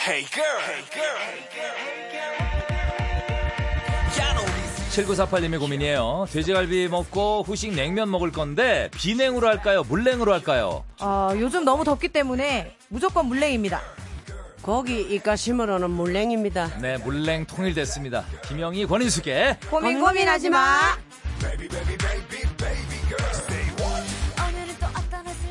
Hey girl. Hey girl. 야, 너 우리 7948님의 고민이에요. 돼지갈비 먹고 후식 냉면 먹을 건데 비냉으로 할까요? 물냉으로 할까요? 어, 요즘 너무 덥기 때문에 무조건 물냉입니다. 거기 이까심으로는 물냉입니다. 네, 물냉 통일됐습니다. 김영희 권인숙의 고민 고민하지 마.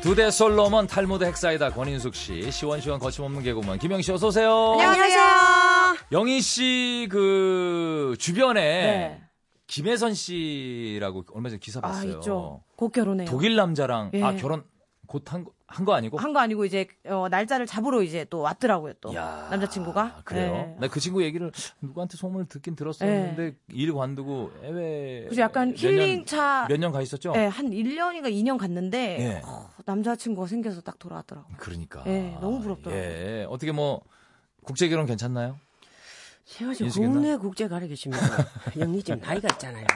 두 대 솔로몬 탈모드 헥사이다 권인숙 씨 시원시원 거침없는 개그우먼 김영 씨 어서 오세요. 안녕하세요. 영희 씨 그 주변에 네. 김혜선 씨라고 얼마 전에 기사 아 봤어요. 있죠. 곧 결혼해요. 독일 남자랑 예. 아 결혼 곧 한 거 한 거 아니고? 한 거 아니고 이제 어, 날짜를 잡으러 이제 또 왔더라고요 또 야, 남자친구가. 그래요. 네. 나 그 친구 얘기를 누구한테 소문을 듣긴 들었었는데 일 관두고 해외 그래서 약간 몇 년- 힐링차 몇년 가 있었죠? 예, 한 1년인가 2년 갔는데 예. 어, 남자친구가 생겨서 딱 돌아왔더라고. 요 그러니까. 예, 너무 부럽더라고요. 예. 어떻게 뭐 국제 결혼 괜찮나요? 세호 씨 인숙이 국내 국제 가리계십니까? 영희 지금 나이가 있잖아요.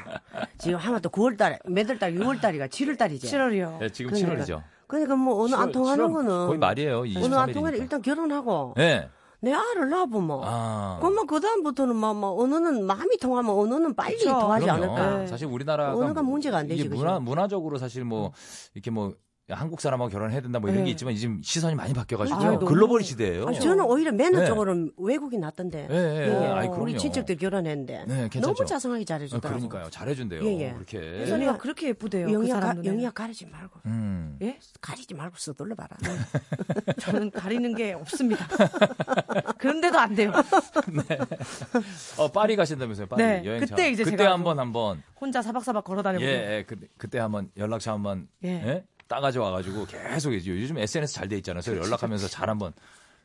지금 하마 또 9월달에 몇월달 6월달이가 7월달이죠. 7월이요. 네, 지금 그러니까. 7월이죠. 그러니까 뭐 어느 안 통하는 거는 거의 말이에요. 어느 안 23일이니까. 통하는 일단 결혼하고 예. 내 알을 낳아보면 아. 그러면 그 다음부터는 막, 막 어느는 마음이 통하면 어느는 빨리 그렇죠. 통하지 그럼요. 않을까. 네. 사실 우리나라가 뭐 언어가 문제가 안 이게 되지, 그죠? 문화 문화적으로 사실 뭐 이렇게 뭐 한국 사람하고 결혼해야 된다 뭐 이런 게 네. 있지만 지금 시선이 많이 바뀌어가지고 아유, 너무- 글로벌 시대예요. 아니, 저는 오히려 매너 네. 쪽으로는 외국이 낫던데. 예, 예, 예. 아이, 그럼요. 우리 친척들 결혼했는데 네, 괜찮죠. 너무 자상하게 어, 잘해주더라고. 그러니까요. 잘해준대요. 예, 예. 그렇게. 혜선이가 그렇게 예쁘대요. 그 영희야, 사람 가, 눈에는. 아, 영희야 가리지 말고 음. 예? 가리지 말고 서둘러봐라. 저는 가리는 게 없습니다. 그런데도 안 돼요. 어 파리 가신다면서요. 파리 네, 여행. 그때 참. 이제 그때 제가 한번 한번 혼자 사박사박 걸어 예, 다니고. 예. 그, 그때 한번 연락처 한번 예. 예. 따가져 와가지고 계속 이제 요즘 SNS 잘 돼 있잖아요. 서로 연락하면서 잘 한번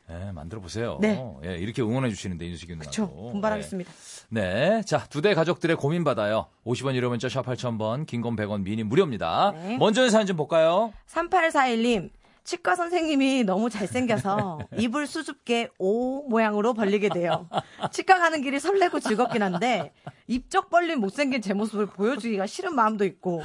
예, 만들어 보세요. 네. 예, 이렇게 응원해 주시는데 인수기 누나. 저 분발하겠습니다. 네. 자, 두 대 가족들의 고민 받아요. 50원 유료 문자 샵 8000번, 긴 건 100원 미니 무료입니다. 네. 먼저 사연 좀 볼까요? 3841님, 치과 선생님이 너무 잘생겨서 입을 수줍게 O 모양으로 벌리게 돼요. 치과 가는 길이 설레고 즐겁긴 한데, 입적 벌린 못생긴 제 모습을 보여주기가 싫은 마음도 있고,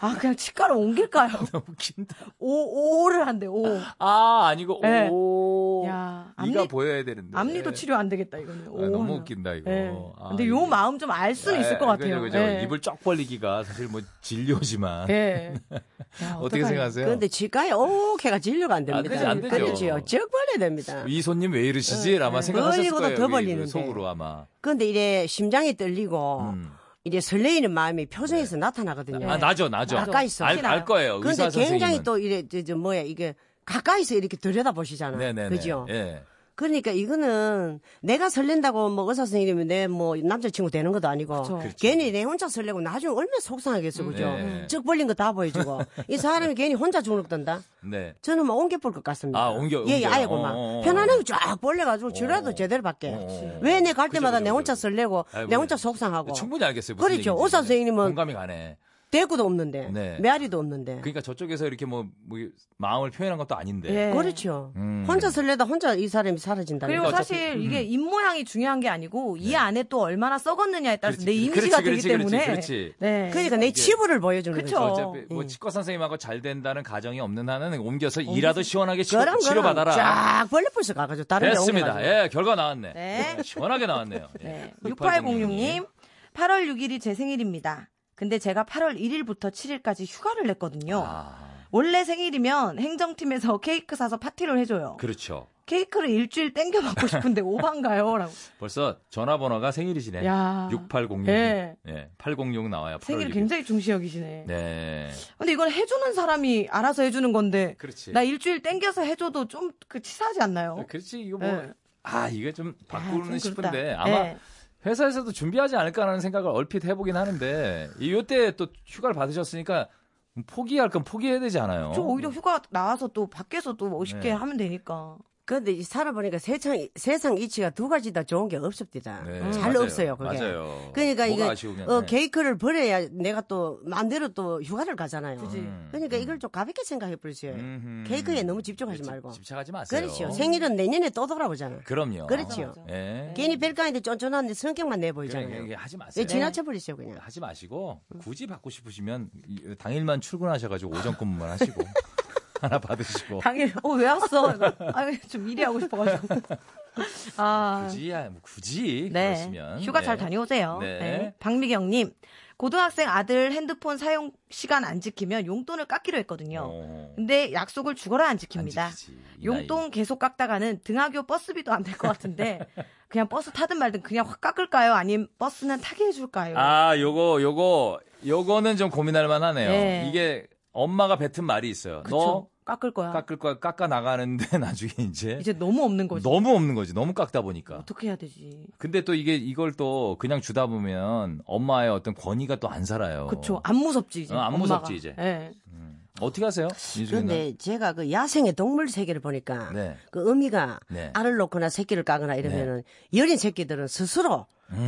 아, 그냥 치과로 옮길까요? 웃긴다. O, O를 한대, O. 아, 아니고 네. 오. 야, 이가 앞니- 보여야 되는데. 앞니도 치료 안 되겠다, 이거는. 아, 너무 하면. 웃긴다, 이거. 예. 아, 근데 이거- 요 마음 좀 알 수는 있을 것 같아요. 그죠, 그죠. 예. 입을 쫙 벌리기가 사실 뭐 진료지만. 예. 야, 어떻게 어떡하냐. 생각하세요? 그런데 치과에 오케가 진료가 안 됩니다. 되지, 안 되죠. 그렇지요. 적 벌려야 됩니다. 이 손님 왜 이러시지? 라마 생각하셨을 벌리고도 거예요. 더 여기 벌리는데. 속으로 아마. 그런데 이래 심장이 떨리고 음. 이래 설레이는 마음이 표정에서 나타나거든요. 아, 나죠, 나죠. 예. 가까이 있어. 알, 알 거예요. 의사 그런데 굉장히 선생님은. 또 이래 저, 저 뭐야 이게 가까이서 이렇게 들여다보시잖아. 네네네. 그죠? 예. 그러니까 이거는 내가 설렌다고 뭐 의사 선생님이 내 뭐 남자친구 되는 것도 아니고 그쵸. 그렇죠. 괜히 내 혼자 설레고 나중에 얼마나 속상하겠어 그죠? 네. 쩍 벌린 거 다 보여주고 이 사람이 괜히 혼자 주눅든다. 네. 저는 막 옮겨 볼 것 같습니다. 아, 옮겨, 예, 예, 옮겨요. 아예고 막 어, 어, 어. 편안하게 쫙 벌려가지고 지라도 어. 제대로 받게. 그치. 왜 내 갈 그죠, 때마다 그죠, 내 혼자 그죠. 설레고 아이고, 내 혼자 네. 속상하고. 충분히 알겠어요. 무슨 그렇죠. 얘기인지. 의사 선생님은 공감이 가네. 대구도 없는데, 네. 메아리도 없는데. 그러니까 저쪽에서 이렇게 뭐, 뭐 마음을 표현한 것도 아닌데. 예. 그, 렇죠 음. 혼자 설레다 혼자 이 사람이 사라진다. 그리고 그러니까 네. 사실 이게 입 모양이 중요한 게 아니고 이 안에 또 얼마나 썩었느냐에 따라서 그렇지, 내 그렇지, 이미지가 그렇지, 되기 그렇지, 때문에. 그렇지. 네. 그러니까 내 치부를 보여주는 그쵸. 거죠. 어차피 뭐 치과 선생님하고 잘 된다는 가정이 없는 한은 옮겨서 일하도 시원하게 치료, 그럼 그럼 치료받아라. 쫙 벌레풀스 가가지고 다른 데 됐습니다. 옮겨가지고. 예, 결과 나왔네. 네. 예, 시원하게 나왔네요. 예. 네. 6806 6806님, 8월 6일이 제 생일입니다. 근데 제가 8월 1일부터 7일까지 휴가를 냈거든요. 아, 원래 생일이면 행정팀에서 케이크 사서 파티를 해줘요. 그렇죠. 케이크를 일주일 땡겨 먹고 싶은데 오반가요? 라고. 벌써 전화번호가 생일이시네. 야. 6806. 예. 예. 806 나와요. 생일을 8월 6일. 굉장히 중시 여기시네. 네. 근데 이건 해주는 사람이 알아서 해주는 건데. 그렇지. 나 일주일 땡겨서 해줘도 좀 그 치사하지 않나요? 그렇지. 이거 뭐 예. 아, 이게 좀 바꾸는 좀 그렇다. 싶은데 아마 예. 회사에서도 준비하지 않을까라는 생각을 얼핏 해보긴 하는데 이- 이때 또 휴가를 받으셨으니까 포기할 건 포기해야 되지 않아요? 저 오히려 휴가 나와서 또 밖에서 또 멋있게 어. 네. 하면 되니까. 근데 이 살아보니까 세상, 세상 이치가 두 가지 다 좋은 게 없습니다. 네, 잘 맞아요. 없어요, 그게. 맞아요. 그러니까 뭐가 이거 아쉬우면, 어, 네. 케이크를 버려야 내가 또 마음대로 또 휴가를 가잖아요. 그지. 그러니까 이걸 좀 가볍게 생각해 보세요. 음, 음흠. 케이크에 너무 집중하지 집- 말고. 집착하지 마세요. 그렇죠. 생일은 내년에 또 돌아보잖아. 그럼요. 그렇죠. 그렇지요. 예. 괜히 별가인데 쫀쫀한데 성격만 내 그냥 보이잖아요. 이게 하지 마세요. 아, 네, 왜 지나쳐 버리세요 그냥. 하지 마시고 음. 굳이 받고 싶으시면 이- 당일만 출근하셔가지고 오전 근무만 하시고 하나 받으시고 당일, 어, 왜 왔어? 아, 좀 일이 하고 싶어가지고. 아. 굳이야, 뭐 굳이 네. 그러시면 휴가 잘 네. 다녀오세요. 네. 네. 박미경님, 고등학생 아들 핸드폰 사용 시간 안 지키면 용돈을 깎기로 했거든요. 어, 근데 약속을 죽어라 안 안 지킵니다. 지키지, 이 용돈 계속 깎다가는 등하교 버스비도 안 될 것 같은데 그냥 버스 타든 말든 그냥 확 깎을까요? 아님 버스는 타게 해줄까요? 아, 요거, 요거, 요거는 좀 고민할 만하네요. 네. 이게 엄마가 뱉은 말이 있어요. 그쵸? 깎을 거야. 너 깎을 거야 깎아 나가는데 나중에 이제, 이제 너무 없는 거지. 너무 없는 거지. 너무 깎다 보니까. 어떻게 해야 되지? 근데 또 이게 이걸 또 그냥 주다 보면 엄마의 어떤 권위가 또 안 살아요. 그쵸? 안 무섭지 이제. 어, 안 엄마가. 무섭지, 이제. 예. 어떻게 하세요? 이중에는? 그런데 제가 그 야생의 동물 세계를 보니까 네. 그 어미가 네. 알을 놓거나 새끼를 까거나 이러면은 여린 새끼들은 스스로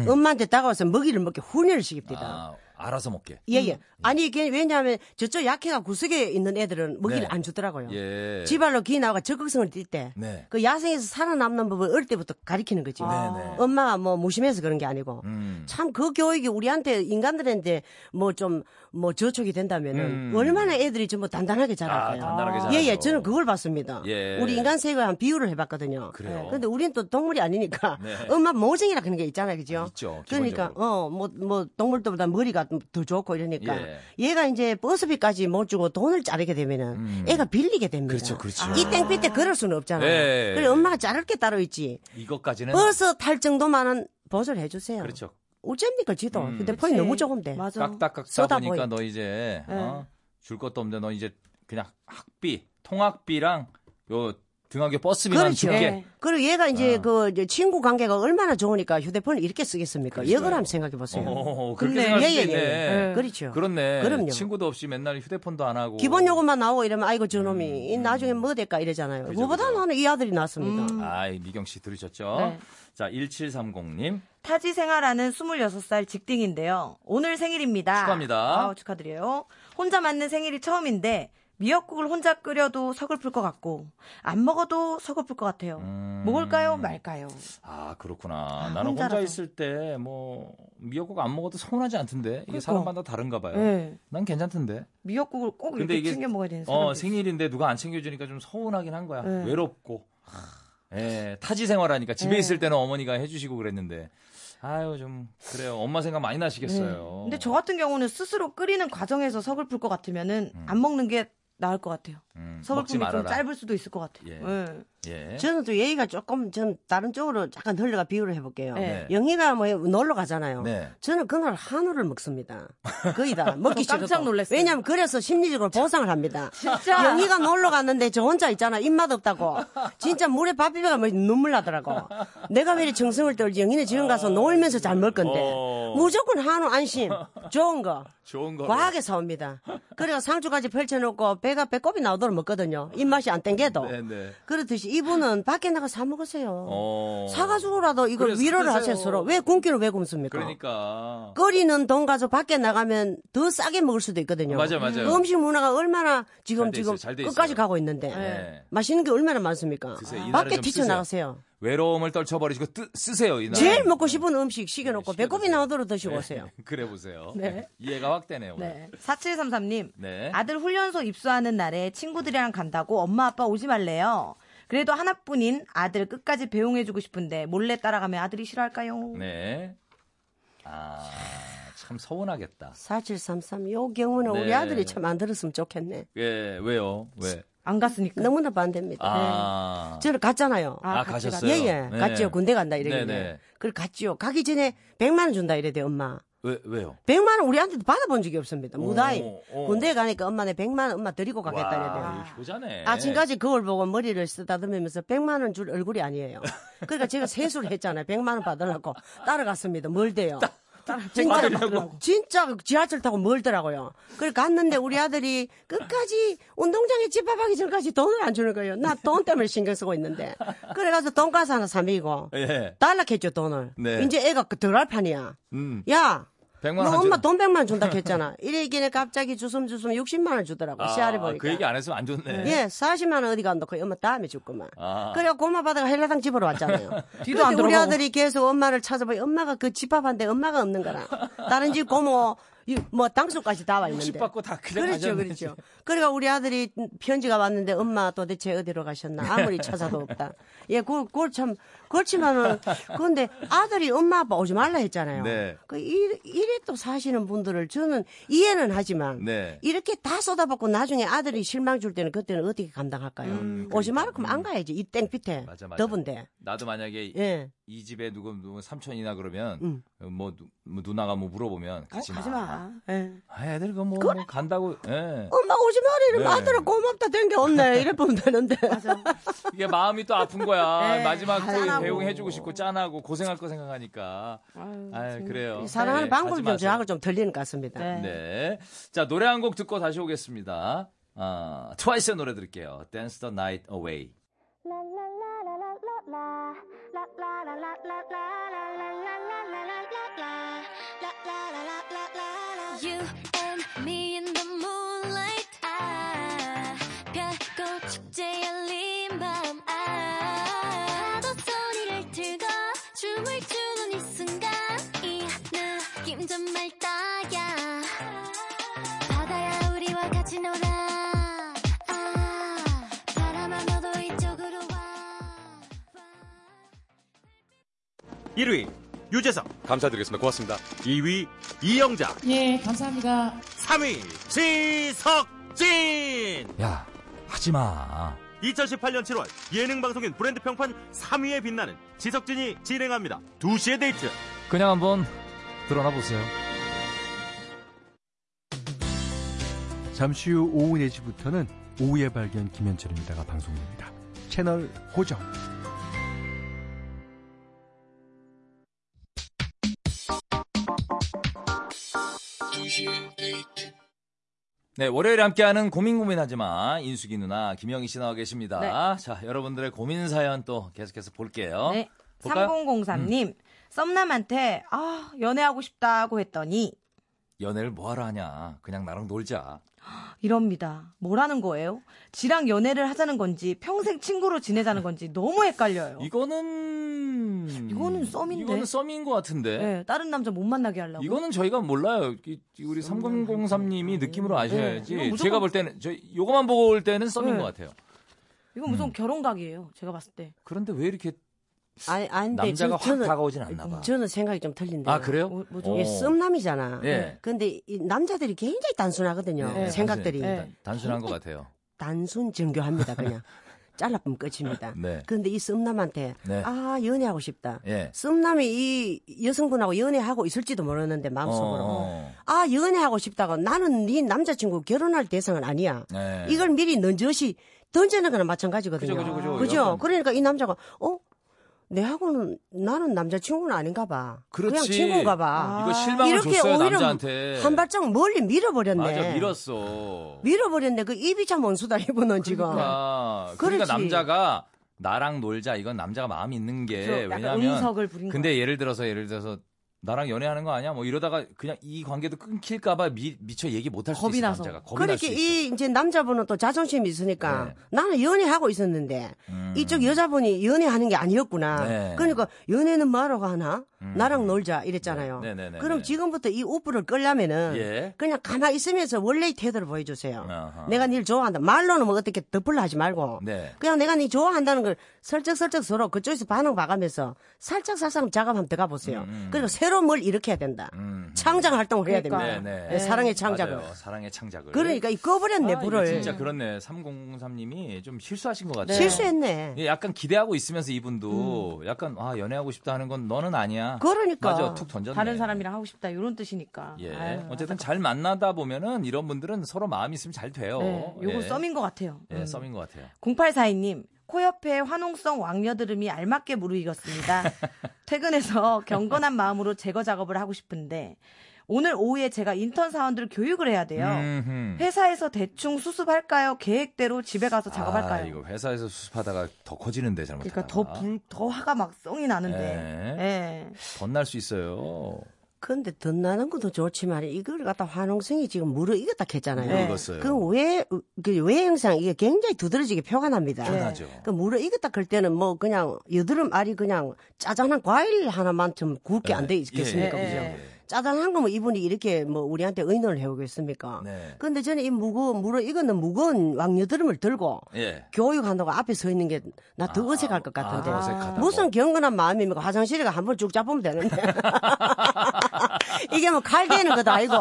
엄마한테 다가와서 먹이를 먹게 훈련을 시킵니다. 음. 아, 음. 알아서 먹게. 예, 예. 아니, 이게 왜냐하면 저쪽 약해가 구석에 있는 애들은 먹이를 네. 안 주더라고요. 예. 지발로 기 나와가 적극성을 띨 때. 네. 그 야생에서 살아남는 법을 어릴 때부터 가리키는 거죠. 아. 네네. 엄마가 뭐 무심해서 그런 게 아니고. 음. 참 그 교육이 우리한테 인간들한테 뭐 좀 뭐 저촉이 된다면은 음. 얼마나 애들이 전부 단단하게 아, 자랄까요? 단단하게 잘. 예, 예, 저는 그걸 봤습니다. 예. 우리 인간 세계와 한 비유를 해봤거든요. 그래요? 근데 우린 또 동물이 아니니까 네. 엄마 모쟁이라 그런 게 있잖아요, 그죠? 있죠, 그러니까 기본적으로. 어, 뭐, 뭐 동물들보다 머리가 더 좋고 이러니까 예. 얘가 이제 버스비까지 못 주고 돈을 자르게 되면은 애가 빌리게 음. 됩니다. 그렇죠, 그렇죠. 이 땡볕에 그럴 수는 없잖아요. 예. 그래 엄마가 자를 게 따로 있지. 이것까지는 버스 탈 정도만은 보조를 해주세요. 그렇죠. 어쩝니까 지도 음. 휴대폰이 너무 조금데 네. 맞아. 깎다 깎다 쏟아 네. 보니까 보이- 너 이제 어? 줄 것도 없는데 너 이제 그냥 학비, 통학비랑 요 등하교 버스비만 그렇죠. 줄게. 네. 그리고 얘가 이제 아. 그 이제 친구 관계가 얼마나 좋으니까 휴대폰을 이렇게 쓰겠습니까? 그렇죠. 역을 한번 생각해 보세요. 오, 그렇게 근데- 생각할 예, 수도 예, 예. 있네. 예. 그렇죠. 그렇네. 그럼요. 친구도 없이 맨날 휴대폰도 안 하고. 기본 요금만 나오고 이러면 아이고 저놈이 이 나중에 뭐 될까 이러잖아요. 음, 그죠, 그거보다 그죠. 나는 이 아들이 낫습니다. 아이, 미경 씨 들으셨죠? 음. 네. 자, 1730님. 타지 생활하는 26살 직딩인데요. 오늘 생일입니다. 축하합니다. 아우, 축하드려요. 혼자 맞는 생일이 처음인데 미역국을 혼자 끓여도 서글플 것 같고 안 먹어도 서글플 것 같아요. 음. 먹을까요? 말까요? 아, 그렇구나. 아, 나는 혼자 혼자라서. 있을 때 뭐 미역국 안 먹어도 서운하지 않던데. 이게 그러니까. 사람마다 다른가 봐요. 네. 난 괜찮던데. 미역국을 꼭 근데 이렇게 이게 챙겨 먹어야 되는 사람. 어, 생일인데 누가 안 챙겨주니까 좀 서운하긴 한 거야. 네. 외롭고. 예, 타지 생활하니까 집에 네. 있을 때는 어머니가 해주시고 그랬는데. 아유, 좀, 그래요. 엄마 생각 많이 나시겠어요. 네. 근데 저 같은 경우는 스스로 끓이는 과정에서 서글플 것 같으면은 안 먹는 게 나을 것 같아요. 음, 먹지 서글픔이 좀 말아라. 짧을 수도 있을 것 같아요. 예. 예. 예. 저는 또 얘기가 조금 전 다른 쪽으로 약간 흘러가 비유를 해볼게요. 네. 영희가 뭐 놀러 가잖아요. 네. 저는 그날 한우를 먹습니다. 거의 다 먹기 저 깜짝 싫었고. 놀랐어요. 왜냐하면 그래서 심리적으로 보상을 합니다. 진짜? 영희가 놀러 갔는데 저 혼자 있잖아 입맛 없다고. 진짜 물에 밥 비벼가면 뭐 눈물 나더라고. 내가 왜 이리 정성을 떨지? 영희는 지금 가서 놀면서 잘 먹을 건데 어. 무조건 한우 안심 좋은 거. 좋은 거. 과하게 사옵니다. 그래서 상주까지 펼쳐놓고 배가 배꼽이 나오도록 먹거든요. 입맛이 안 땡겨도. 네네. 그렇듯이 이분은 밖에 나가 사 먹으세요. 어. 사가지고라도 이걸 그래서 위로를 드세요. 하세요 서로. 왜 굶기를 왜 굶습니까? 그러니까. 끓이는 돈 가지고 밖에 나가면 더 싸게 먹을 수도 있거든요. 맞아요, 맞아요. 그 음식 문화가 얼마나 잘 지금 돼 있어요, 지금 잘돼 끝까지 있어요. 가고 있는데 네. 맛있는 게 얼마나 많습니까? 드세요. 이날은 밖에 좀 튀쳐 쓰세요. 나가세요. 외로움을 떨쳐버리시고 뜨, 쓰세요, 이날. 제일 먹고 싶은 음식 시켜놓고 네, 배꼽이 시켜드세요. 나오도록 드시고 오세요. 그래 보세요. 네. 이해가 확 되네요. 오늘. 네. 4733님. 네. 아들 훈련소 입소하는 날에 친구들이랑 간다고 엄마 아빠 오지 말래요. 그래도 하나뿐인 아들 끝까지 배웅해주고 싶은데 몰래 따라가면 아들이 싫어할까요? 네. 아, 참 서운하겠다. 4733, 요 경우는 네. 우리 아들이 참 안 들었으면 좋겠네. 예, 왜요? 왜? 안 네. 갔으니까. 너무나 반대입니다. 네. 아. 저를 갔잖아요. 아, 아, 같이 가셨어요? 예예 네. 갔지요 군대 간다 이래 네네. 네 그걸 갔지요 가기 전에 100만 원 준다 이래 대 엄마 왜, 왜요? 100만 원 우리한테도 받아본 적이 없습니다 무다히 오, 오. 군대 가니까 엄마 내 100만 원 엄마 드리고 가겠다 이래 대 어, 와, 아, 효자네. 아침까지 거울 보고 머리를 쓰다듬으면서 100만 원 줄 얼굴이 아니에요 그러니까 제가 세수를 했잖아요 100만 원 받으려고 따라갔습니다 멀대요 진짜, 받으려고? 진짜 지하철 타고 멀더라고요. 그래 갔는데 우리 아들이 끝까지 운동장에 집합하기 전까지 돈을 안 주는 거예요. 나 돈 때문에 신경 쓰고 있는데. 그래가지고 돈가스 하나 사 먹이고 예. 달락했죠 돈을. 네. 이제 애가 들어갈 판이야. 음. 야. 100만 너 원. 엄마 안 주- 돈 100만 원 준다 했잖아. 이래기네 갑자기 주섬주섬 60만 원 주더라고. 시아리 아, 보니까. 그 얘기 안 했으면 안 좋네. 예, 40만 원 어디 간다. 그 엄마 다음에 줄거만. 아. 그래 고마 받아가 헬라당 집으로 왔잖아요. 뒤도 안 그런데 우리 돌아보고. 아들이 계속 엄마를 찾아봐요. 엄마가 그 집합한데 엄마가 없는 거라. 다른 집 고모 이, 뭐 당수까지 다 와 있는데. 집 받고 다 그냥 네. 그렇죠, 가셨네, 그렇죠. 진짜. 그러니까 우리 아들이 편지가 왔는데 엄마 도대체 어디로 가셨나 아무리 찾아도 없다. 예, 그걸, 그걸 참 그렇지만은 그런데 아들이 엄마 아빠 오지 말라 했잖아요. 네. 그 일, 이래 또 사시는 분들을 저는 이해는 하지만 네. 이렇게 다 쏟아붓고 나중에 아들이 실망 줄 때는 그때는 어떻게 감당할까요? 오지 말라면안 가야지 이 땡빛에 음, 그러니까. 맞아, 네. 맞아. 더운데. 나도 만약에 예. 음. 이 집에 누구 누구 삼촌이나 그러면 뭐, 누- 뭐 누나가 뭐 물어보면 가지 마. 가지 마. 예. 아, 애들 그뭐 뭐 간다고. 예. 엄마 오지 말이면 네. 아들아 고맙다 된 게 없네 이래 보면 되는데. 이게 마음이 또 아픈 거야. 네, 마지막 짠하고. 배웅해주고 싶고 짠하고 고생할 거 생각하니까. 아 그래요. 사랑하는 네, 방법이 가지 좀 마세요. 저하고 좀 들리는 것 같습니다. 네. 네. 자, 노래 한 곡 듣고 다시 오겠습니다. 아, 트와이스의 노래 들을게요. Dance the Night Away. La la la la la la la la la la la la la la la la la la la la la la la la la la la You and me in the moonlight 아 펴고 축제의 열린 밤 아, 파도 소리를 들고 춤을 추는 이 순간 이 느낌 정말 딱이야 바다야 우리와 같이 놀아 아 바람아 너도 이쪽으로 와 1위 유재석 감사드리겠습니다. 고맙습니다. 2위 이영자 예, 감사합니다. 3위 지석진 야, 하지 마. 2018년 7월 예능 방송인 브랜드 평판 3위에 빛나는 지석진이 진행합니다 2시의 데이트 그냥 한번 드러나 보세요. 잠시 후 오후 4시부터는 오후의 발견 김현철입니다가 방송됩니다. 채널 고정. 네, 월요일에 함께하는 고민 고민하지 마. 인숙이 누나, 김영희 씨 나와 계십니다. 네. 자, 여러분들의 고민 사연 또 계속해서 볼게요. 네. 어? 볼까요? 음. 3003님, 썸남한테, 아, 연애하고 싶다고 했더니, 연애를 뭐하러 하냐. 그냥 나랑 놀자. 이럽니다. 뭐라는 거예요? 지랑 연애를 하자는 건지, 평생 친구로 지내자는 건지 너무 헷갈려요. 이거는 이거는 썸인데? 이거는 썸인 것 같은데. 네, 다른 남자 못 만나게 하려고. 이거는 저희가 몰라요. 이- 이 우리 3003님이 느낌으로 아셔야지. 이건 무조건- 제가 볼 때는 저 요거만 보고 올 때는 썸인 네. 것 같아요. 이건 무슨 음. 결혼각이에요. 제가 봤을 때. 그런데 왜 이렇게 아니, 아니, 근데 남자가 저- 확 저는- 다가오진 않나 봐. 저는 생각이 좀 틀린데. 아 그래요? 뭐- 뭐 이게 어. 썸남이잖아. 예. 근데 이 남자들이 굉장히 단순하거든요. 네, 생각들이. 단순- 단- 단순한 것 같아요. 단순 정교합니다, 그냥. 잘라보면 끝입니다. 네. 근데 이 썸남한테, 네. 아, 연애하고 싶다. 예. 썸남이 이 여성분하고 연애하고 있을지도 모르는데, 마음속으로. 어. 아, 연애하고 싶다고. 나는 네 남자친구 결혼할 대상은 아니야. 네. 이걸 미리 넌저시 던지는 거나 마찬가지거든요. 그죠, 그죠, 그죠. 약간- 러니까이 남자가, 어? 내하고는 나는 남자친구는 아닌가 봐. 냥 그렇지. 친구인가 봐. 이거 실망을 이렇게 줬어요 오히려 남자한테. 한 발짝 멀리 밀어버렸네. 맞아 밀었어. 밀어버렸네. 그 입이 참 원수다, 이분은 지금. 그러니까, 그러니까 그렇지. 남자가 나랑 놀자 이건 남자가 마음이 있는 게 그렇죠. 약간 네, 왜냐하면 은석을 부린 근데 예를 들어서 예를 들어서 나랑 연애하는 거 아니야 뭐 이러다가 그냥 이 관계도 끊길까봐 미, 미처 얘기 못할 수 겁이 있어 나서. 남자가 겁이 날 수 그렇게 있어 그러니까 이 이제 남자분은 또 자존심이 있으니까 네. 음. 나는 연애하고 있었는데 이쪽 여자분이 연애하는 게 아니었구나. 네. 음. 그러니까 연애는 뭐하러 하나? 나랑 놀자 이랬잖아요. 네, 네, 네, 네, 그럼 네. 지금부터 이 오프를 끌려면은 예. 그냥 가만히 있으면서 원래의 태도를 보여주세요. 아하. 내가 니를 좋아한다. 말로는 뭐 어떻게 덮으려 하지 말고 네. 그냥 내가 니 좋아한다는 걸 설쩍설쩍 서로 그쪽에서 반응 봐가면서 살짝살짝 작업하면 들어가 보세요. 음, 그리고 새로운 뭘 일으켜야 된다. 창작 활동을 해야 그러니까. 됩니다. 네, 네. 네, 사랑의 창작을. 맞아요. 사랑의 창작을 그러니까 이 꺼버렸네 아, 이거 불을 진짜 그렇네 3003님이 좀 실수하신 것 같아요 실수했네. 예, 약간 기대하고 있으면서 이분도 약간 아 연애하고 싶다 하는 건 너는 아니야 그러니까. 맞아 툭 던졌네 다른 사람이랑 하고 싶다. 이런 뜻이니까. 예 아유, 어쨌든 잘 만나다 보면은 이런 분들은 서로 마음이 있으면 잘 돼요 네, 요거 음. 예. 썸인 것 같아요. 예, 썸인 것 같아요 0842님, 코옆에 환웅성 왕녀드름이 알맞게 무르익었습니다. 퇴근해서 경건한 마음으로 제거 작업을 하고 싶은데, 오늘 오후에 제가 인턴 사원들 교육을 해야 돼요. 음흠. 회사에서 대충 수습할까요? 계획대로 집에 가서 작업할까요? 아, 이거 회사에서 수습하다가 더 커지는데 잘못하다가 그러니까 더 불, 더 화가 막 썽이 나는데. 예. 번날 수 있어요. 근데 덧나는 것도 좋지만 이걸 갖다 환웅성이 지금 무르익었다 했잖아요. 네. 모르겠어요. 그왜 그 외형상 이게 굉장히 두드러지게 표가 납니다. 편하죠. 그 무르익었다 할 때는 뭐 그냥 여드름 알이 그냥 짜잔한 과일 하나만큼 굵게 안 돼 있겠습니까? 예, 예, 그죠? 예. 짜잘한 거면 이분이 이렇게 뭐 우리한테 의논을 해오겠습니까? 네. 그런데 저는 이 무거운 물어 이거는 무거운 왕유드름을 들고 예. 교육한다고 앞에 서 있는 게 나 더 어색할 것그 같은데 아, 어색하다고. 무슨 경건한 마음입니까? 화장실에 가 한 번 쭉 잡으면 되는데 이게 뭐 칼 되는 것도 아니고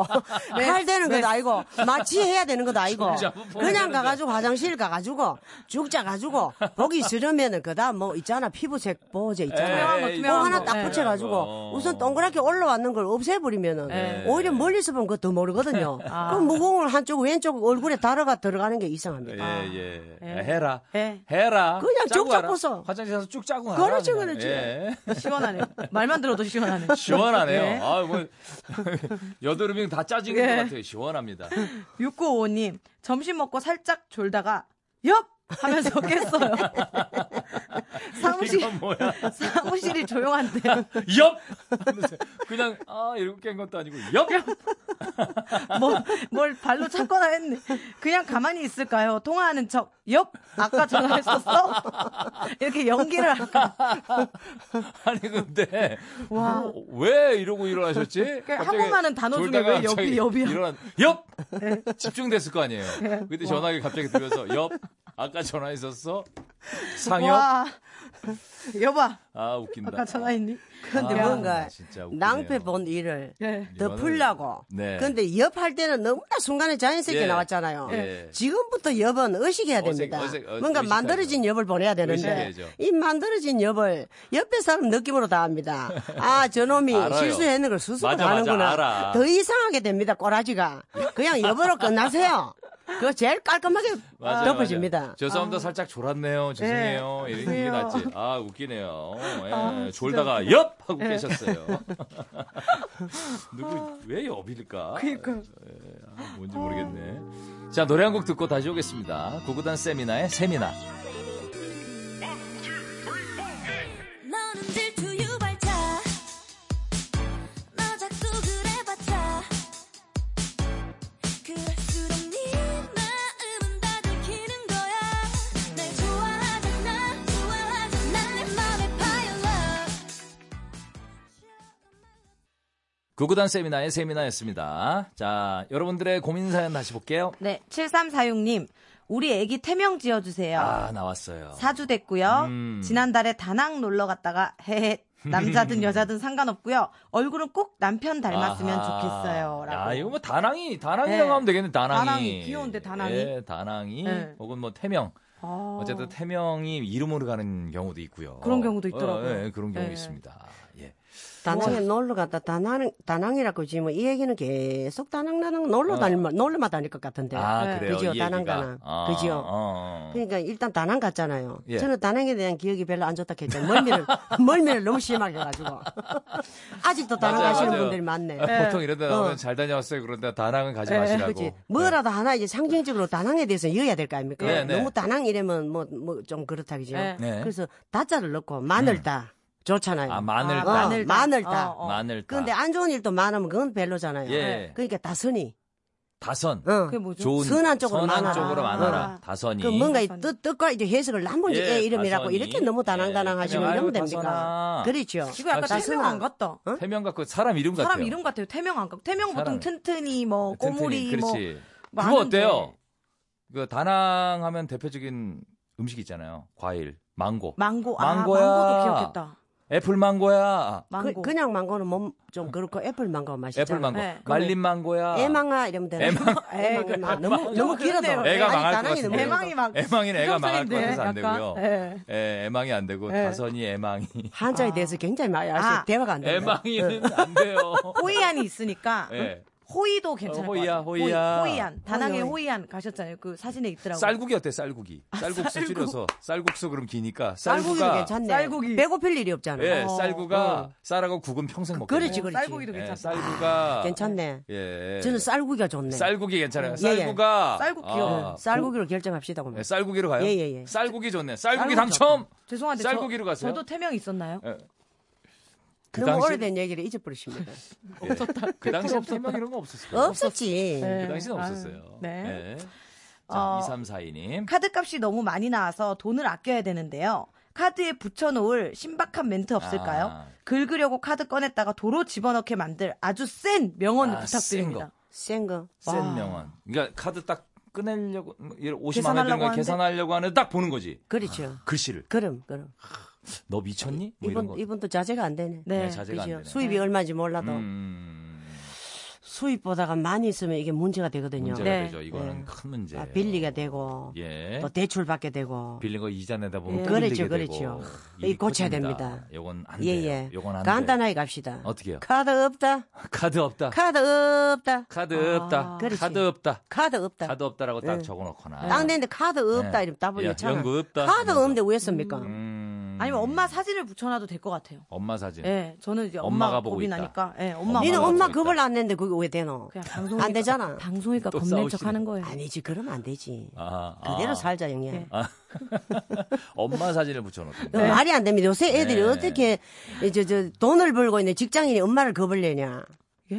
네, 칼 되는 것도 아니고 마취해야 되는 것도 아니고 쭉 잡으면 그냥 되는데. 가가지고 화장실 가가지고 쭉 짜가지고 보기 싫으면은 그다음 뭐 있잖아 피부색 보호제 있잖아 투명한 거, 에이, 뭐 투명한 하나 거. 딱 네. 붙여가지고 우선 동그랗게 올라왔는 걸 없애버리면은 네. 오히려 멀리서 보면 그것도 모르거든요. 아. 그 무거운 한쪽 왼쪽 얼굴에 다려가 들어가는 게 이상합니다. 예, 예. 예. 해라. 예. 해라. 아. 그냥 짜고 쭉 가라. 잡고서. 화장실 가서 쭉 짜고 가라. 그렇지, 그냥. 그렇지. 예. 시원하네요. 말만 들어도 시원하네요. 시원하네요. 예. 네. 아, 뭐 여드름이 다 짜진 것 예. 같아요. 시원합니다. 6955님, 점심 먹고 살짝 졸다가, 엽! 하면서 깼어요. 사무실, 이건 뭐야? 사무실이 조용한데, 옆! 하면서 그냥 아 이렇게 깬 것도 아니고 옆! 뭘, 뭐, 뭘 발로 찾거나 했네. 그냥 가만히 있을까요? 통화하는 척, 엽! 아까 전화했었어? 이렇게 연기를 할까? 아니 근데 와. 뭐, 왜 이러고 일어나셨지? 그러니까 갑자기 하고 많은 단어 중에 졸다가 왜 옆이, 갑자기 옆이야? 네. 일어난 옆! 집중됐을 거 아니에요. 그때 전화기 갑자기 들려서 옆! 아까 전화했었어? 상엽? 와, 여봐, 아 웃긴다. 아까 전화했니? 근데 아, 뭔가 진짜 웃기네요. 낭패 본 일을 예. 더 이거는- 풀려고. 네. 근데 옆할 때는 너무나 순간에 자연스럽게 예. 나왔잖아요. 예. 지금부터 옆은 의식해야 어색, 됩니다. 어색, 어, 뭔가 의식하죠. 만들어진 옆을 보내야 되는데 의식해야죠. 이 만들어진 옆을 옆에 사람 느낌으로 다 압니다. 아 저놈이 알아요. 실수했는 걸 스스로 맞아, 맞아, 아는구나. 알아. 더 이상하게 됩니다. 꼬라지가. 그냥 옆으로 끝나세요. 그거 제일 깔끔하게 맞아요, 덮어집니다. 맞아요. 죄송합니다. 살짝 졸았네요. 죄송해요. 예, 이런 게 그래요. 아, 낫지. 아, 웃기네요. 예, 졸다가 옆! 하고 네. 깨셨어요. 누구, 왜 옆일까? 그니까요. 아, 뭔지 모르겠네. 자, 노래 한 곡 듣고 다시 오겠습니다. 구구단 세미나의 세미나. 너는 질투 유발자 너 자꾸 그래봤자 그럴수록 네 마음은 다 들키는 거야 날 좋아하잖아 좋아하잖아 난내 맘에 파일럿 구구단 세미나의 세미나였습니다. 자, 여러분들의 고민 사연 다시 볼게요. 네, 7346님, 우리 애기 태명 지어주세요. 아, 나왔어요. 사주 됐고요. 음. 지난달에 다낭 놀러 갔다가 헤헤 남자든 여자든 상관없고요. 얼굴은 꼭 남편 닮았으면 아하. 좋겠어요. 라고. 야, 이거 뭐 다낭이, 다낭이라고 네. 하면 되겠네, 다낭이. 다낭이, 귀여운데, 다낭이. 예, 다낭이. 네. 혹은 뭐 태명. 아. 어쨌든 태명이 이름으로 가는 경우도 있고요. 그런 경우도 있더라고요. 예, 예, 그런 경우 예. 있습니다. 예. 다낭에 놀러 갔다 다낭 다낭이라고 지금 이 얘기는 계속 다낭 다낭 놀러 다닐 만- 놀러만 다닐 것 같은데. 어. 아, 네. 그래요. 그죠, 이 다낭, 얘기가. 다낭. 아, 그죠? 어, 어. 그러니까 일단 다낭 갔잖아요. 예. 저는 다낭에 대한 기억이 별로 안 좋다 했죠. 멀미를 멀미를 너무 심하게 해가지고 아직도 다낭 맞아요, 가시는 맞아요. 분들이 많네. 아, 보통 이런 데 나오면 어. 잘 다녀왔어요. 그런데 다낭은 네, 가지 마시라고. 그렇지. 뭐라도 하나 이제 상징적으로 다낭에 대해서 이어야 될 거 아닙니까? 네, 네. 너무 다낭 이러면 뭐 뭐 좀 그렇다 그죠. 네. 네. 음. 그래서 다자를 넣고 마늘다 좋잖아요. 아, 마늘 아, 다. 마늘 다. 마늘 다. 어, 네. 어. 마늘 다. 그런데 안 좋은 일도 많으면 그건 별로잖아요. 예. 그러니까 다선이. 다선. 어. 그게 뭐죠? 좋은 선한 쪽으로 많아라. 많아라. 어. 다선이. 그 뭔가 이 뜻, 뜻과 이제 해석을 남은 네. 예, 예, 이름이라고 다선이. 이렇게 너무 다낭다낭 예, 하시면 그냥 이러면 아이고, 됩니까? 다선아. 그렇죠. 이거 약간 다시 태명 안 같다. 태명 같고 그 사람 이름 같아요. 사람 이름 같아요. 태명 안 같고. 태명 사람. 보통 튼튼이 뭐 튼튼히, 꼬물이 뭐. 그렇지. 뭐 그거 하는데. 어때요? 그 다낭 하면 대표적인 음식 있잖아요. 과일, 망고. 망고. 아, 망고야. 망고도 기억했다. 애플 망고야. 망고. 그, 냥 망고는 몸 좀 그렇고 애플 망고 맛있잖아요. 애플 망고. 네. 말린 망고야. 애망아 이러면 되나? 애망- 애망아. 너무 너무 길어도 그러네요. 애가 아니, 망할 것 다낭이 같은데. 너무 길어도. 애망이 막. 애망이는 애가 망할 것 같아서 안 되고요. 약간, 예. 예, 애망이 안 되고 예. 다선이 애망이. 한자에 대해서 굉장히 많이 알수 아. 대화가 안 돼요. 애망이는 안 돼요. 호이안이 있으니까. 예. 호이도 괜찮을 어, 호이야, 것 같아요. 호이, 호이야. 호이안. 다낭에 호이, 호이. 호이안 가셨잖아요. 그 사진에 있더라고요. 쌀국이 어때? 쌀국이. 아, 쌀국수 줄여서 쌀국수 그럼 기니까 쌀국이도 쌀국가 괜찮네. 쌀국이. 배고플 일이 없잖아. 예, 어. 쌀국가 쌀하고 국은 평생 먹고. 그렇지, 어, 그렇지. 아, 쌀고기도 예, 괜찮다. 쌀국가 괜찮네. 예. 저는 쌀국이가 좋네. 쌀국이 괜찮아요. 예, 예. 쌀국가. 쌀국 귀여워. 아, 쌀국이로 결정합시다 그러면. 예, 쌀국이로 가요? 예, 예, 예. 쌀국이 좋네. 쌀국이 쌀국이 당첨. 죄송한데 쌀고기로 저, 가세요? 저도 태명 있었나요? 예. 그 너무 당시- 오래된 얘기를 잊어버리십니다. 그 당시에 태명 이런 거 없었어요. 없었지. 네. 그 당시는 아유, 없었어요. 네. 예. 자, 어, 2342님. 카드값이 너무 많이 나와서 돈을 아껴야 되는데요. 카드에 붙여놓을 신박한 멘트 없을까요? 아. 긁으려고 카드 꺼냈다가 도로 집어넣게 만들 아주 센 명언 아, 센 부탁드립니다. 거. 센 거. 센 와. 명언. 그러니까 카드 딱 꺼내려고 뭐 50만 원 계산하려고 되는 거 하는데? 계산하려고 하는데 딱 보는 거지. 그렇죠. 글씨를. 그럼, 그럼. 너 미쳤니? 아. 뭐 이런 거. 이분, 이분도 자제가 안 되네. 네. 네, 자제가 안 그죠? 되네. 수입이 얼마인지 몰라도. 음, 수입보다가 많이 있으면 이게 문제가 되거든요. 문제가 네. 되죠. 이거는 큰 문제예요. 아, 빌리게 되고, 예. 또 대출 받게 되고. 빌린 거 이자 내다 보면 예. 또 빌리게 그렇죠, 되고. 그렇죠. 일이 이 고쳐야 커집니다. 됩니다. 요건 안 예, 돼요. 예. 요건 안 간단하게 갑시다. 어떻게요? 카드 없다. 돼. 카드 없다. 카드 없다. 카드 없다. 그렇지. 카드 없다. 카드 없다. 카드 없다라고 딱 적어놓거나. 딱 냈는데 카드 없다 예. 이러면 답을 야, 냈잖아. 연구 없다. 카드 없는데 왜 씁니까? 음, 아니면 엄마 사진을 붙여놔도 될 것 같아요. 엄마 사진. 예, 저는 이제 엄마가 엄마가 보고 겁이 있다. 나니까, 예, 엄마. 니는 엄마가 엄마 보고 있다. 그걸 안 냈는데 그게 왜 되노? 그냥 방송이니까. 안 되잖아. 방송이니까 또 겁낸 싸우시네. 척 하는 거예요. 아니지, 그러면 안 되지. 아, 아. 그대로 살자, 영희야. 네. 엄마 사진을 붙여놓고. 그 말이 안 됩니다. 요새 네. 애들이 어떻게 저, 저 돈을 벌고 있는 직장인이 엄마를 겁을내냐.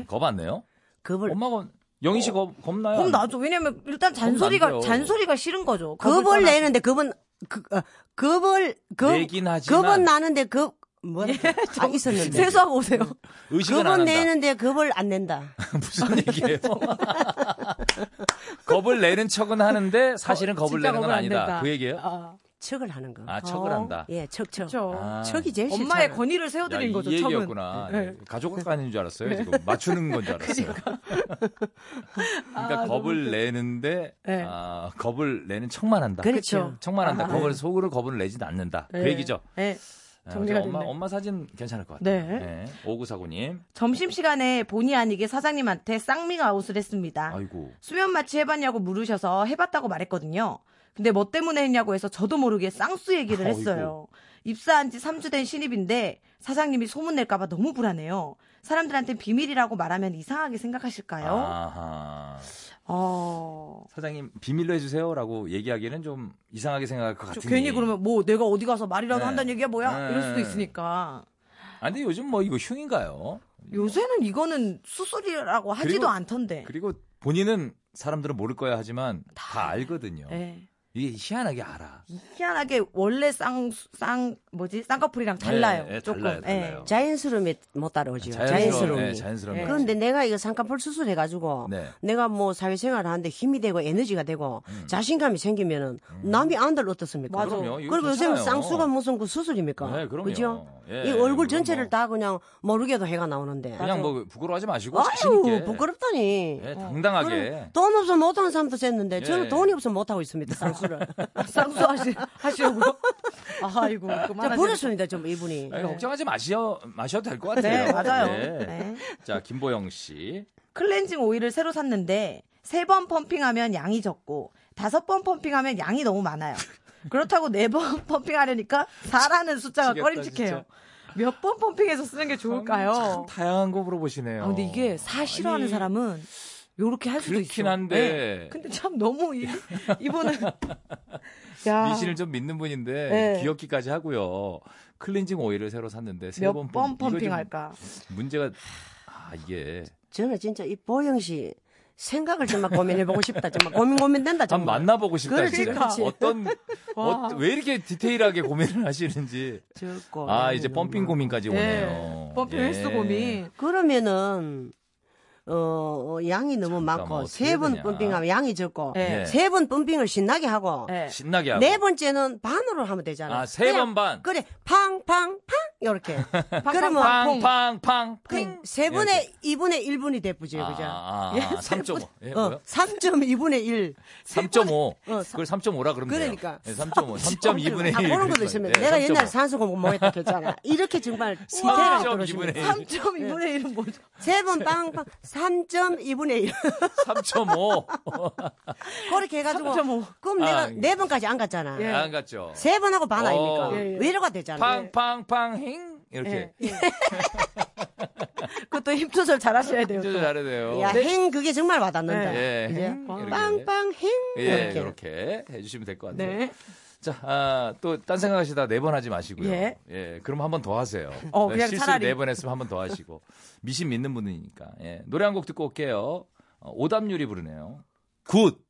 겁 안 내요? 겁을 엄마가 영희 씨 겁, 겁나요? 그럼 나도 왜냐면 일단 잔소리가 돼요. 잔소리가 싫은 그 거죠. 겁을 떠나- 내는데 겁은 그, 어, 겁을 겁 내긴 하지만 예, 겁은 나는데 겁 뭐라 그래? 아, 있었는데 음. 세수하고 오세요. 의식은 안 겁은 한다. 내는데 겁을 안 낸다. 무슨 얘기예요? 겁을 내는 척은 하는데 사실은 어, 겁을 진짜 내는 건 겁을 안 아니다. 낸다. 그 얘기예요? 아, 척을 하는 거. 아, 척을 한다. 예, 척척. 그렇죠. 아. 척이 제일 싫잖아. 엄마의 권위를 야, 세워드린 이 거죠. 네. 척은. 얘기였구나. 네. 가족 간인 줄 알았어요. 네. 지금 맞추는 건 줄 알았어요. 그러니까, 겁을 내는데 아, 네. 아. 아, 겁을 내는 척만 한다. 그렇죠. 척만 한다. 겁을 속으로 겁을 내진 않는다. 그 네. 얘기죠. 네. 아, 정리가 엄마 됐네. 엄마 사진 괜찮을 것 같아요. 네. 오구사구님. 점심시간에 본의 아니게 사장님한테 쌍미가 아웃을 했습니다. 아이고. 수면 마취 해봤냐고 물으셔서 해봤다고 말했거든요. 근데 뭐 때문에 했냐고 해서 저도 모르게 쌍수 얘기를 아이고. 했어요. 입사한 지 3주 된 신입인데 사장님이 소문낼까봐 너무 불안해요. 사람들한테 비밀이라고 말하면 이상하게 생각하실까요? 아하. 어. 사장님 비밀로 해주세요라고 얘기하기에는 좀 이상하게 생각할 것 저 같은데. 괜히 그러면 뭐 내가 어디 가서 말이라도 네. 한다는 얘기야 뭐야? 네. 이럴 수도 있으니까. 아, 근데 요즘 뭐 이거 흉인가요? 요새는 이거는 수술이라고 하지도 그리고- 않던데. 그리고 본인은 사람들은 모를 거야 하지만 다 알거든요. 예. 이게 희한하게 알아. 희한하게 원래 쌍, 쌍, 뭐지? 쌍꺼풀이랑 달라요. 예, 예, 조금. 달라요, 예. 달라요. 자연스러움이 못 따라오지요. 자연스러움, 자연스러움이. 예, 자연스러움. 예. 그런데 내가 이거 쌍꺼풀 수술해가지고 네. 내가 뭐 사회생활 하는데 힘이 되고 에너지가 되고 자신감이 생기면은 남이 안들 어떻습니까? 맞아. 음. 그럼요. 이거 그리고 요새 괜찮아요. 쌍수가 뭐 무슨 그 수술입니까? 네, 그럼요. 그죠? 예, 이 얼굴 물론 전체를 뭐. 다 그냥 모르게도 해가 나오는데. 그냥 뭐 부끄러워하지 마시고 자신 아유 있게. 부끄럽다니. 어. 예, 당당하게. 돈 없어 못하는 사람도 쨌는데 예. 저는 돈이 없어 못하고 있습니다 쌍수를. 쌍수 하시, 하시려고. 아이고, 자, 그만하세요. 부럽습니다 좀 이분이. 아니, 걱정하지 마셔 마셔도 될 것 같아요. 예. 네, 맞아요. 예. 네. 자 김보영 씨. 클렌징 오일을 새로 샀는데, 세 번 펌핑하면 양이 적고, 다섯 번 펌핑하면 양이 너무 많아요. 그렇다고 네 번 펌핑하려니까 4라는 숫자가 미치겠다, 꺼림칙해요. 몇 번 펌핑해서 쓰는 게 참 좋을까요? 다양한 거 물어보시네요. 아, 근데 이게 사 싫어하는 사람은 요렇게 할 수도 있어. 그렇긴 한데. 네. 근데 참 너무 이, 이분은 야. 미신을 좀 믿는 분인데 네. 귀엽기까지 하고요. 클렌징 오일을 새로 샀는데 세 번 몇 번 이거 펌핑할까? 좀 문제가 아 이게 저는 진짜 이 보영 씨 생각을 정말 고민해보고 싶다. 정말 고민 고민된다. 한 정말. 만나보고 싶다. 그렇지, 진짜. 그러니까. 그렇지. 어떤 어, 왜 이렇게 디테일하게 고민을 하시는지. 저거. 아 이제 펌핑 고민까지 예, 오네요. 펌핑 예. 횟수 고민. 그러면은 어, 어, 양이 너무 많고 뭐 어떻게 세 번 되냐. 펌핑하면 양이 적고 예. 세 번 펌핑을 신나게 아, 하고 예. 신나게 하고. 네 번째는 반으로 하면 되잖아. 아, 세번 그냥 반. 그래, 팡, 팡, 팡, 이렇게. 그러면 팡팡팡 그, 세 이렇게. 분의 이분의일분이 돼쁘지, 예, 아, 그죠? 아, 아, 예, 3.5. 예, 어, 뭐요? 3.2분의 1. 3.5. 어, 그걸 3.5라 그러면 그러니까. 돼요. 네, 3.5. 3.2분의 네, 예, 1. 다 보는 것도 있으면 내가 옛날에 산수공 못 먹겠다 했잖아. 이렇게 정말 디테일하게 3.2분의 들어주면 네. 3.2분의 1은 뭐죠? 세번 빵빵 3.2분의 1. 3.5. 그렇게 해가지고 3.5. 그럼 아, 내가 네 번까지 안 갔잖아. 안 갔죠. 세 번하고 반 어. 아닙니까? 예, 예. 외로가 되잖아. 팡팡팡 행 이렇게 예. 네. 그것도 힘 조절 잘 하셔야 돼요. 진짜 잘해야 돼요. 예. 야, 행 그게 정말 와닿는다. 예, 이제 행 이렇게. 빵빵 행 예, 이렇게. 이렇게 해주시면 될 것 같아요. 네. 자, 아, 또 딴 생각하시다 네 번 하지 마시고요. 예, 예. 그럼 한 번 더 하세요. 어, 그냥 실수 차라리. 네번 했으면 한 번 더 하시고 미신 믿는 분이니까. 예, 노래 한 곡 듣고 올게요. 어, 오답률이 부르네요. 굿.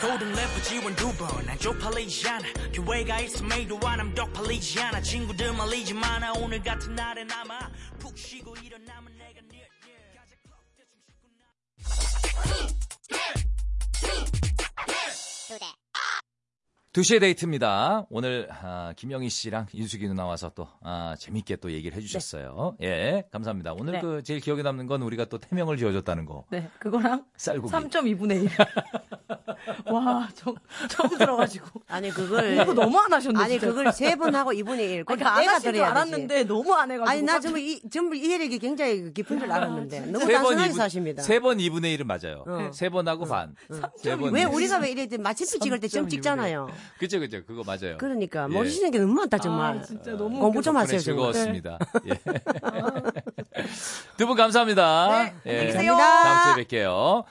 Golden leopard, and Dubon, 난 쪽팔리잖아. 기회가 있으면 이도와 남 쪽팔리잖아. 친구들 말리지 마나 오늘 같은 날엔 아마 푹 쉬고 일어나면 내가 네 yeah. 두대 2시의 데이트입니다. 오늘 아, 김영희 씨랑 인숙이 누나 와서 또 아, 재밌게 또 얘기를 해주셨어요. 네. 예, 감사합니다. 오늘 네. 그 제일 기억에 남는 건 우리가 또 태명을 지어줬다는 거. 네, 그거랑 쌀고기. 3.2분의 1. 와, 저, 처음 들어가지고. 아니 그걸 이거 너무 안 하셨네. 아니 진짜. 그걸 세 번 하고 이분의 일. 그러니까 안 내가 하신 줄 들어야 되지. 알았는데 너무 안 해가지고. 아니 나 깜짝- 정말 이 정말 이해력이 굉장히 깊은 줄 알았는데 너무 세 번 단순하게 이분- 사십니다. 세번 2분의 1은 맞아요. 어. 세 번 하고 반. 세 번. 네. 왜 우리가 왜 이래 마침표 찍을 때 점 찍잖아요. 그죠, 그죠. 그거 맞아요. 그러니까 예. 모르시는 게 너무 많다 정말. 아, 진짜 너무 공부 좀 덕분에 하세요 정말. 즐거웠습니다. 예. 두 분 감사합니다. 아, 네, 안녕히 계세요. 예. 다음 주에 뵐게요.